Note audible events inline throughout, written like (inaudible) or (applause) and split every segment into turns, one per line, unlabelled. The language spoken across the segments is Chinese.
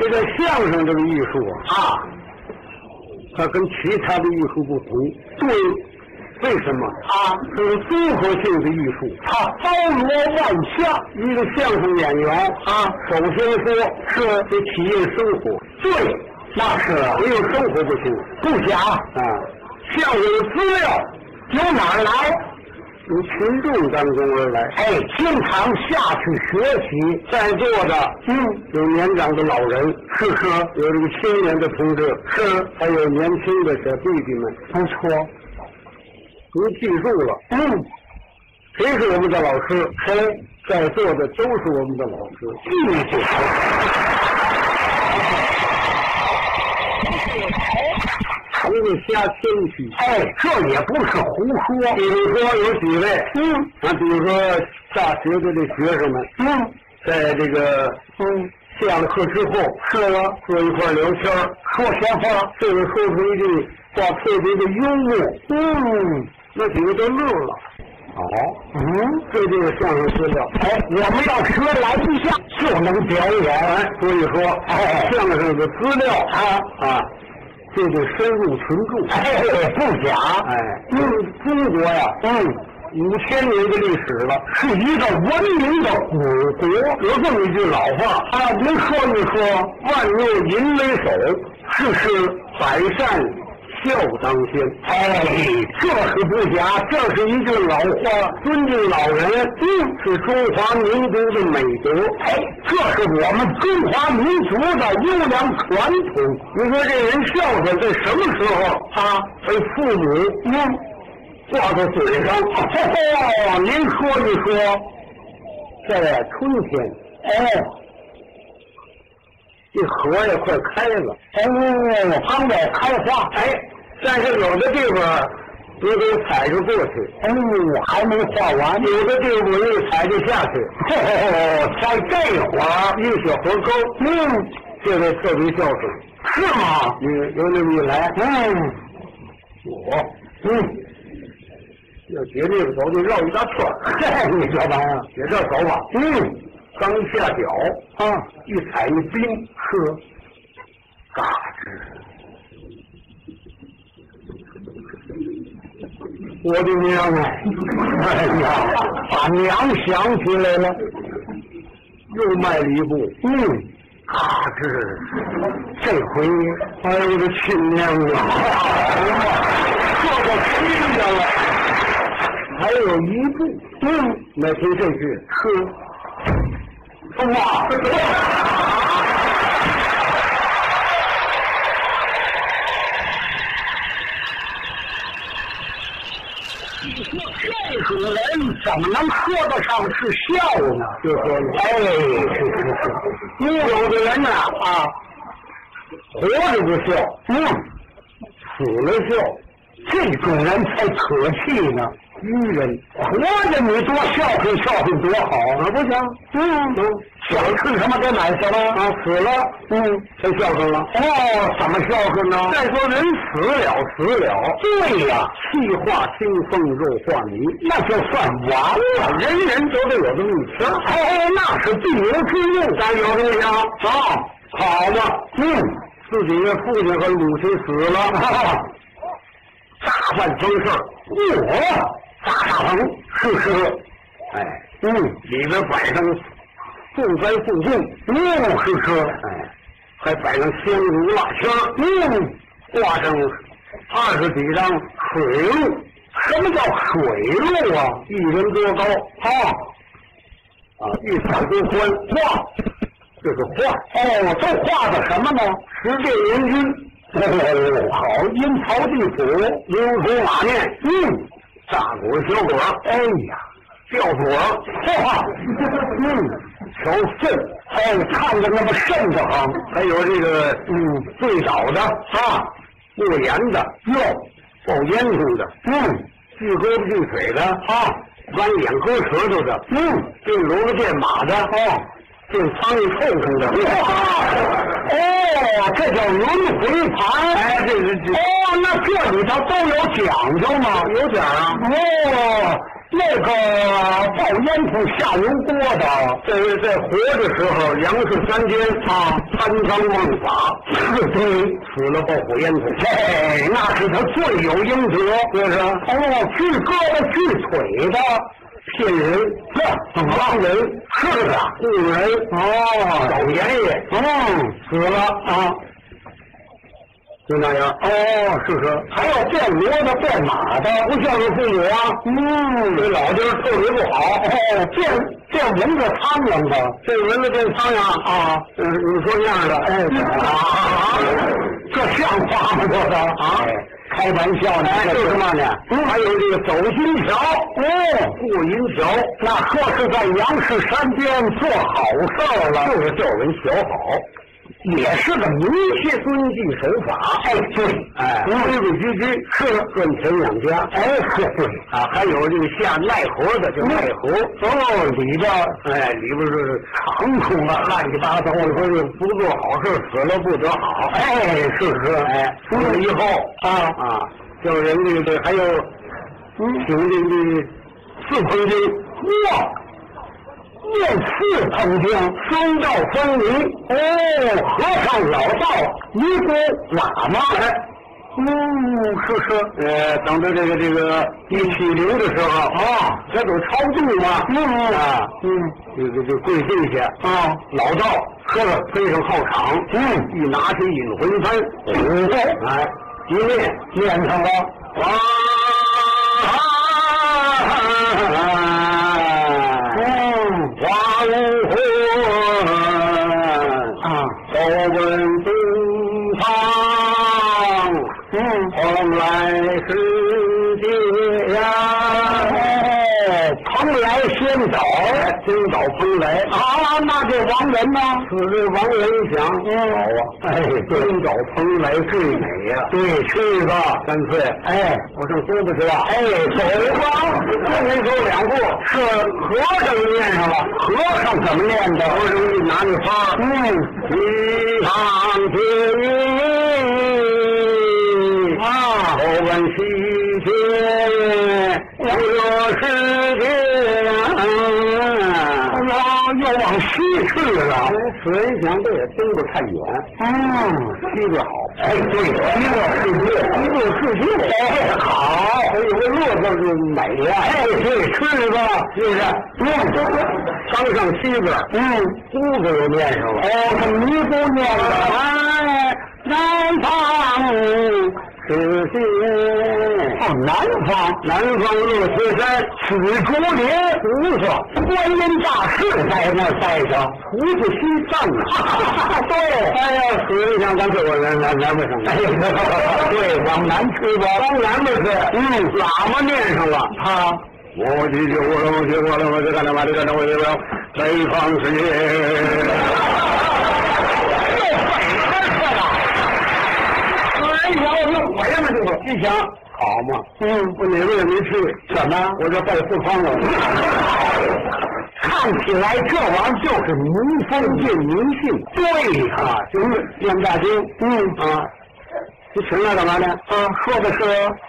这个相声这个艺术啊，
啊，
它跟其他的艺术不同。
对
为什么？
啊，
这是综合性的艺术。
他包罗万象
一个相声演员，
啊，
首先说是得体验生活，
对，那是啊，
没有生活不行
不假。
啊。
相声的资料由哪儿来？
从群众当中而来，
哎，经常下去学习，在座的，嗯，
有年长的老人，是是，有这个青年的同志，
是
还有年轻的小弟弟们。
不错，
您记住了，
嗯，
谁是我们的老师？谁在座的都是我们的老师。
记住。
您得瞎谦虚。
哎，这也不是胡说，
比如说有几位，
嗯
啊，比如说大学的这学生们，
嗯
在这个
嗯，
下了课之后，
是啊，
坐一块儿聊天儿
说闲话，
这个说出一句话特别的幽默，
嗯
那几个都乐了。好、
嗯。
这就是相声资料。
哎，我们要学来不下就能表演，
哎，所以说，
哎
相声的资料啊啊，就得深入群众。
哎，不假，
哎，因为中国呀，
嗯，
五千年的历史了，
是一个文明的古国。
有这么一句老话
啊
您说一说，万用银为首，世事百善孝当先。
哎，
这是不假，这是一句老话，尊敬老人，嗯，是中华民族的美德。
哎，这是我们中华民族的优良传统
你说这人孝顺，在什么时候
啊！
被父母
嗯，
挂在嘴上？
哦，您说一说，
在春天，
哎，
这荷也快开了，
哦，刚要开花，
哎，但是有的地方你得踩着过去，
哦，还没画完，
有的地方一踩就下去，
哦，在这会儿，
一小河沟，
嗯，
这位特别孝顺。
是吗？
嗯，有那么一来，
嗯，
我，嗯，要绝这个头得绕一大圈儿，
(laughs) 嘿，你这玩意儿，
(laughs) 也这手法，
嗯，
刚一下脚，
啊，
一踩一冰，
是。
嘎吱，
我的娘啊！哎呀，把娘想起来了。
(laughs) 又迈了一步，
嗯，
嘎吱， (laughs)
这回，哎呦我的亲娘啊！
哎这
(laughs)
个听着了，还有一步，
嗯，
那听这句。
是。哇！你说这种人怎么能说得上是孝呢？
就说呢，
哎，
因为有的人呐啊，活着不孝，
嗯，
死了孝，
这种人才可气呢。
愚人。
活着你多孝顺孝顺多好
好了不行，
嗯，小吃什么都买去了。
啊，死了
嗯，
才孝顺了。
哦，怎么孝顺呢？
再说人死了死了，
对呀、
气化清风，肉化泥，
那就算完了。
人人都得有这么一天儿。
哎，那是必由之路。
咱有这么想啊，好嘛，
嗯，
自己的父亲和母亲死了， (laughs) 大办丧事儿，
我
大大棚，是是，哎，
嗯
里边摆上送灾送粽，
嗯是是，
哎，还摆上香炉蜡签儿，
嗯，
挂上二十几张水路，
什么叫水路啊？
一人多高，
啊，
啊，一尺多宽，
画
这是画，
哦，都画的什么呢？
十殿阎君，
哦，好，阴曹地府。
牛头马面，
嗯，
大鼓小鼓，
哎呀。
吊鼓，
哈，嗯，
瞧肾，
哎，看着那么瘆得慌。
还有这个
嗯，
醉倒的啊，木盐的，
哟，
爆烟囱的，
嗯，
锯胳膊锯腿的啊，弯眼割舌头的，
嗯，
炖萝卜炖马的啊，炖苍蝇臭虫的。
哇，哦，这叫轮回盘。
哎，这是这
哦，那这里头都有讲究吗？
有点儿啊，
哦，
那个爆烟囱下油锅的，在在活着时候，杨氏三间啊，贪赃枉法，是非死了爆火烟囱。嘿，那是他罪有应得，就是哦，锯胳膊锯腿的。骗人，这怎么了？人是的，雇人啊哦，老爷爷，嗯，死了啊，就那样。哦，是是，还有变骡子、变马的，不孝顺父母啊。嗯，对老爹特别不好。哦，变变蚊子、苍蝇的，这蚊子变苍蝇啊。嗯，你说这样的，哎，啊，这像话吗？这是啊。开玩笑呢，哎就是嘛呢？还有这个走金桥，哦，过银桥，那这是在杨氏山边做好事儿了，就是叫人学好。也是个明确遵纪守法，哎对，哎规规矩矩是赚钱养家，哎是对啊，还有这个下奈河的叫奈河，哦里边哎里边是长空啊，乱七八糟的，说是不做好事死了不得好，哎是是哎，死了以后啊啊，叫人这个还有，嗯，请这个四空经哇。念四捧经，僧道分离。哦，和尚、老道、尼姑、喇嘛。嗯，是是。呃，等到这个这个一起灵的时候啊，这都超度嘛。嗯啊，嗯，这个就跪地下啊，老道喝了非常好场。嗯，一拿起引魂幡，嗯，哎，一念念上了。啊花无魂啊，口问东方，嗯，蓬莱世界呀，蓬莱仙岛，仙岛蓬莱啊，那这王仁呢？此时王仁想，好啊，哎，仙岛蓬莱最美呀，对，去吧，干脆，哎，我上桌子去吧，哎，走吧，那您走两步，是和尚念上了，和尚怎么念的？和尚一拿那花，嗯，一唱天意，啊，口问西天，无有世哎间啊。呀，又往西去了。此人想，这也盯着太远。嗯，西边好。哎，对，西边世界，西边世界。哎，好，有个乐字就美呀。哎，对，去吧，是不是？嗯，刚上西边，嗯，姑子又念上了。哦，这尼姑念上了。哦哎，南方。此心哦，南方，南方乐此山，此竹林菩萨，观音大士在那儿待着，菩萨西藏啊， (laughs) 对，哎呀，实际上干脆我南南南边上，哎呀， (laughs) 对，往南去吧，往南边去，嗯，喇嘛念上了，他。我急救我了，我急我了，我这干了嘛？这干了，我这了，北方世界。哎呀，我说我呀嘛，这个心想好嘛，嗯，我哪个也没去，怎么？我这拜四方了。看起来这玩意儿就是民风进民信，对啊，就是念大经，嗯啊。你请来干嘛呢？啊，说的是，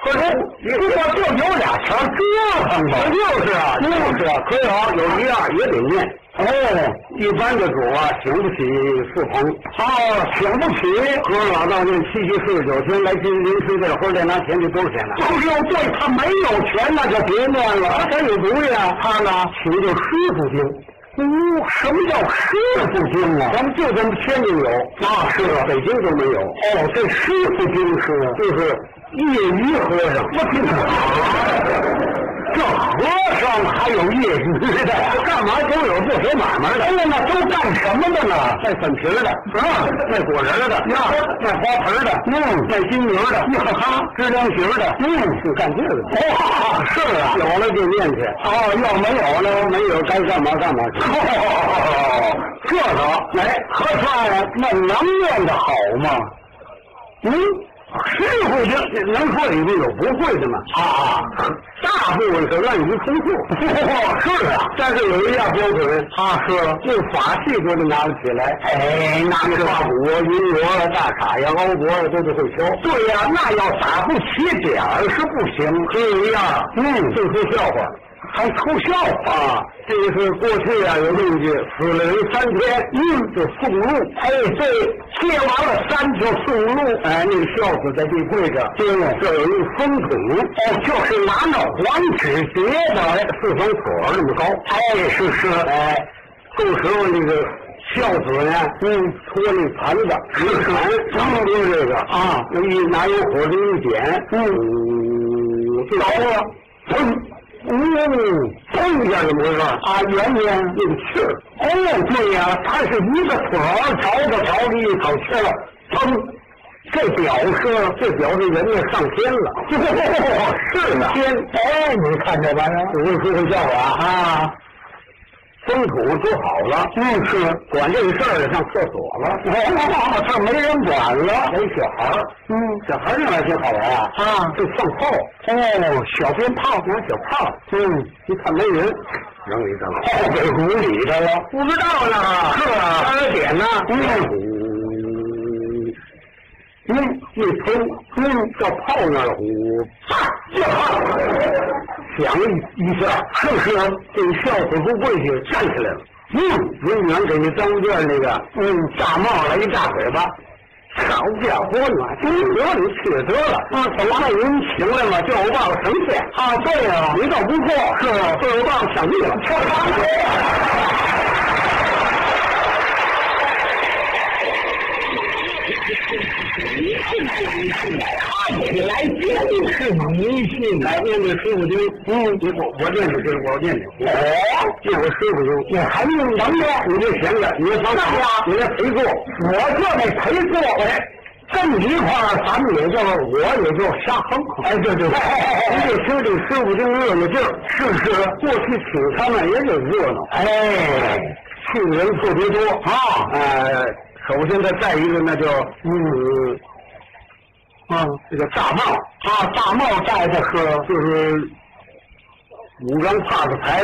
可是你说就有俩钱折腾吧？就是啊，就是啊，可有有一样也得念。哦，一般的主啊，请不起四棚。哦，请不起。和老道念七七四十九天，来金临吹这会儿再拿钱就多少钱了？就是对他没有钱，那就别念了。他有主意啊，他呢，请就师傅经。哦，什么叫师傅经啊？咱们就咱们天津有，那是啊，北京都没有。哦，这师傅经是就是业余和尚，我听啊 (laughs) 这和尚还有业余的，干嘛都有做小买卖的。哎呀，那都干什么的呢？卖粉皮儿的，啊，卖果仁儿的，呀，卖花盆儿的，嗯，卖金鱼儿的，呀哈，支凉席儿的，嗯，是干这个的。哦，是啊，有了就念去。哦，要没有了，没有该干嘛干嘛去。哦，这个，哎，和尚呀，那能念的好吗？嗯，师傅这能说里面有不会的吗？啊，大部分是滥竽充数。是啊，但是有一样标准，啊是用法器都能拿得起来。哎，那个大鼓、银锣呀、啊大卡呀、欧国呀，都得会敲。对呀、那要打不起点儿是不行。这一样，嗯，就说笑话。还出孝啊！这个是过去啊有论据，死了人三天，嗯，就送路。哎，对，切完了三就送路。哎，那个孝子在地跪着，对了，这有一风筒，哦，就是拿那黄纸叠的，四方腿那么高。哎，是是，哎，这时候那个孝子呢，嗯，托那盘子，一盘，刚溜这个啊，那一拿油火这一点，嗯，着了，砰，嗯，砰一下怎么回事？啊，原先那个气儿，哦，对呀、他是一个腿儿着着着的一口气儿，砰。这表示，这表示人家上天了。 (laughs) 是的，天，哎，你看这玩意儿，我跟你说个笑话啊。风土做好了，嗯，是管这个事儿上厕所了，这儿没人管了，没小孩儿，嗯，小孩儿那玩意儿挺好玩啊，啊，就放炮，哦，小鞭炮拿小炮，嗯，一看没人，扔一张炮给屋里头了，不知道呢，是啊，三点呢，嗯。嗯，一冲，嗯，到炮那儿，呼，啪，一炮，响一一下，是不是？这个孝子不跪下，站起来了。嗯，永远给那张院那个，嗯，大帽来一大嘴巴。好家伙，你真得你去得了！啊，怎么还您情来嘛？叫我爸爸生气啊？对呀、啊，您倒不错，是啊，被我爸爸想腻了。
看起来真是迷信
来念念师傅经，嗯，你我我念你经，我念你。哦，念我师傅经，你还用能的？你这闲着，你这放屁啊！你这陪坐，我就得陪坐。哎，跟你一块儿，咱们也就是我也就瞎哼哼。哎，对对，你得听这师傅经热闹劲儿，是是。过去请他们也得热闹，哎，去人特别多啊。呃，首先他再一个，那就嗯。啊，这个大帽啊，大帽戴的是就是五张帕子牌，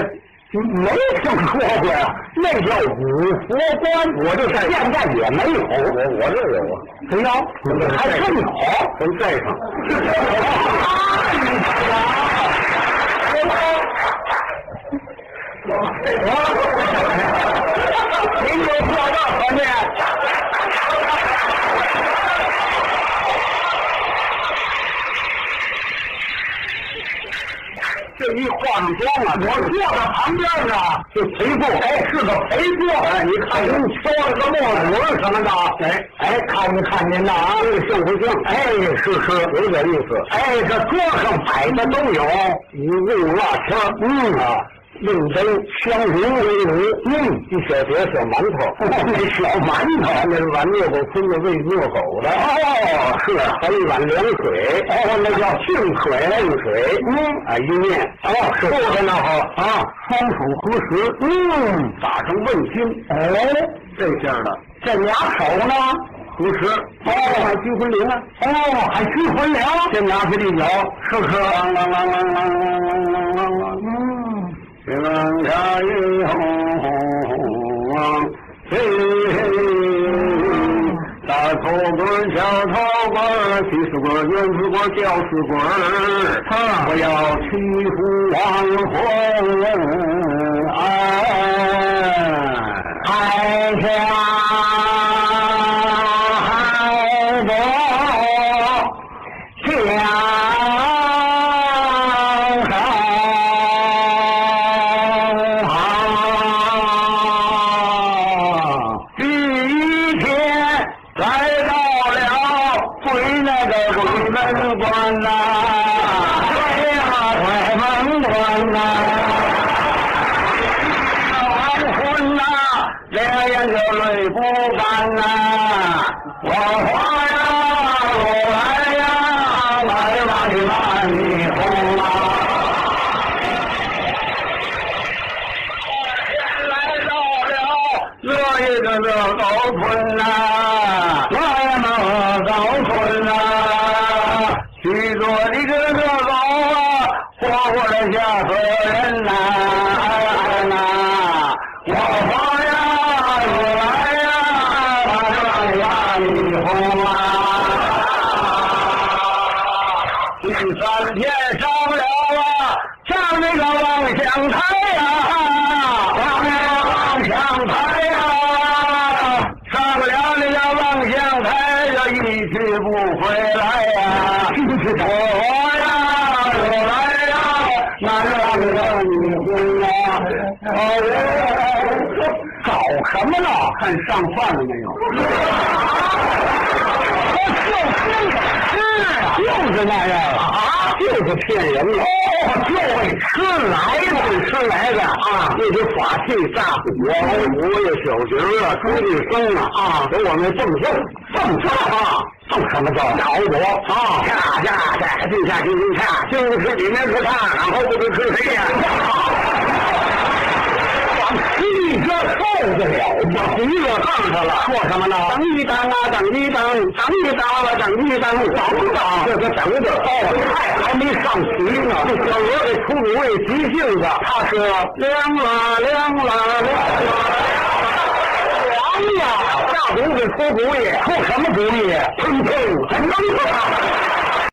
没听说过呀、那叫五佛官，我这现在也没有，我我这有啊，谁有？还真有，咱带上。您就做到方面。这一化上妆了，我坐在旁边呢，就陪坐，哎，是个陪坐。哎，你看您说了个墨子什么的，哎哎，看没看您呐啊？这个不像？哎，是是，有点意思。哎，这桌上摆的都有，五味辣签儿，嗯啊。令杯香炉为炉，嗯，一小碟小馒头，那小馒头那是碗虐狗孙子喂虐狗的，哦，是，还有一碗凉水，哦，那叫净水，净水，嗯，啊，一面，哦，是，坐在那好啊，双手合十，嗯，打上问心，哦，这下的，这俩手呢？不是，哦，还拘魂铃啊！哦，还拘魂铃！这拿起一摇，是不是？啷啷啷啷啷啷啷啷啷，嗯，天下一红，嘿，大头棍，小头棍，七十棍，圆子棍，吊死棍，不要欺负亡魂，哎，哎下多。江上第一天来到了回那个鬼门关呐、推呀鬼门关呐、黄昏呐，两眼就泪不干呐、我花呀，我来呀，来吧你把你红啊！来到了这一个乐高村呐、来嘛乐高村呐、许多的这乐高啊，活活的吓死人呐、哎呀呐，我花呀，我来呀，把这把你红啊！第三天上了啊，上那个望乡想开呀、望向台呀、上不了那个望向台呀，一去不回来呀、我呀，我来呀，难让人昏啊！搞什么呢？看上饭了没有？就是那样啊，就是骗人的。哦，就为吃来的，为吃来的啊！那些法器炸鼓啊，鼓呀、小节啊、朱立生啊，啊，给我们赠送，赠送啊，赠什么赠？朝国啊，恰恰恰，地下金金恰，今不吃你明不恰，然后不知吃谁 (laughs) 呀、往屁这受得了吗？红惹上他了，说什么呢？等一等啊，等一等，等一等啊，等一等，等等，这个等等，哦，菜还没上齐呢，这小鹅给出主位急性子，他是凉了，凉了，凉了。王呀，大主给出主意，出什么主意？砰砰，很能蹦，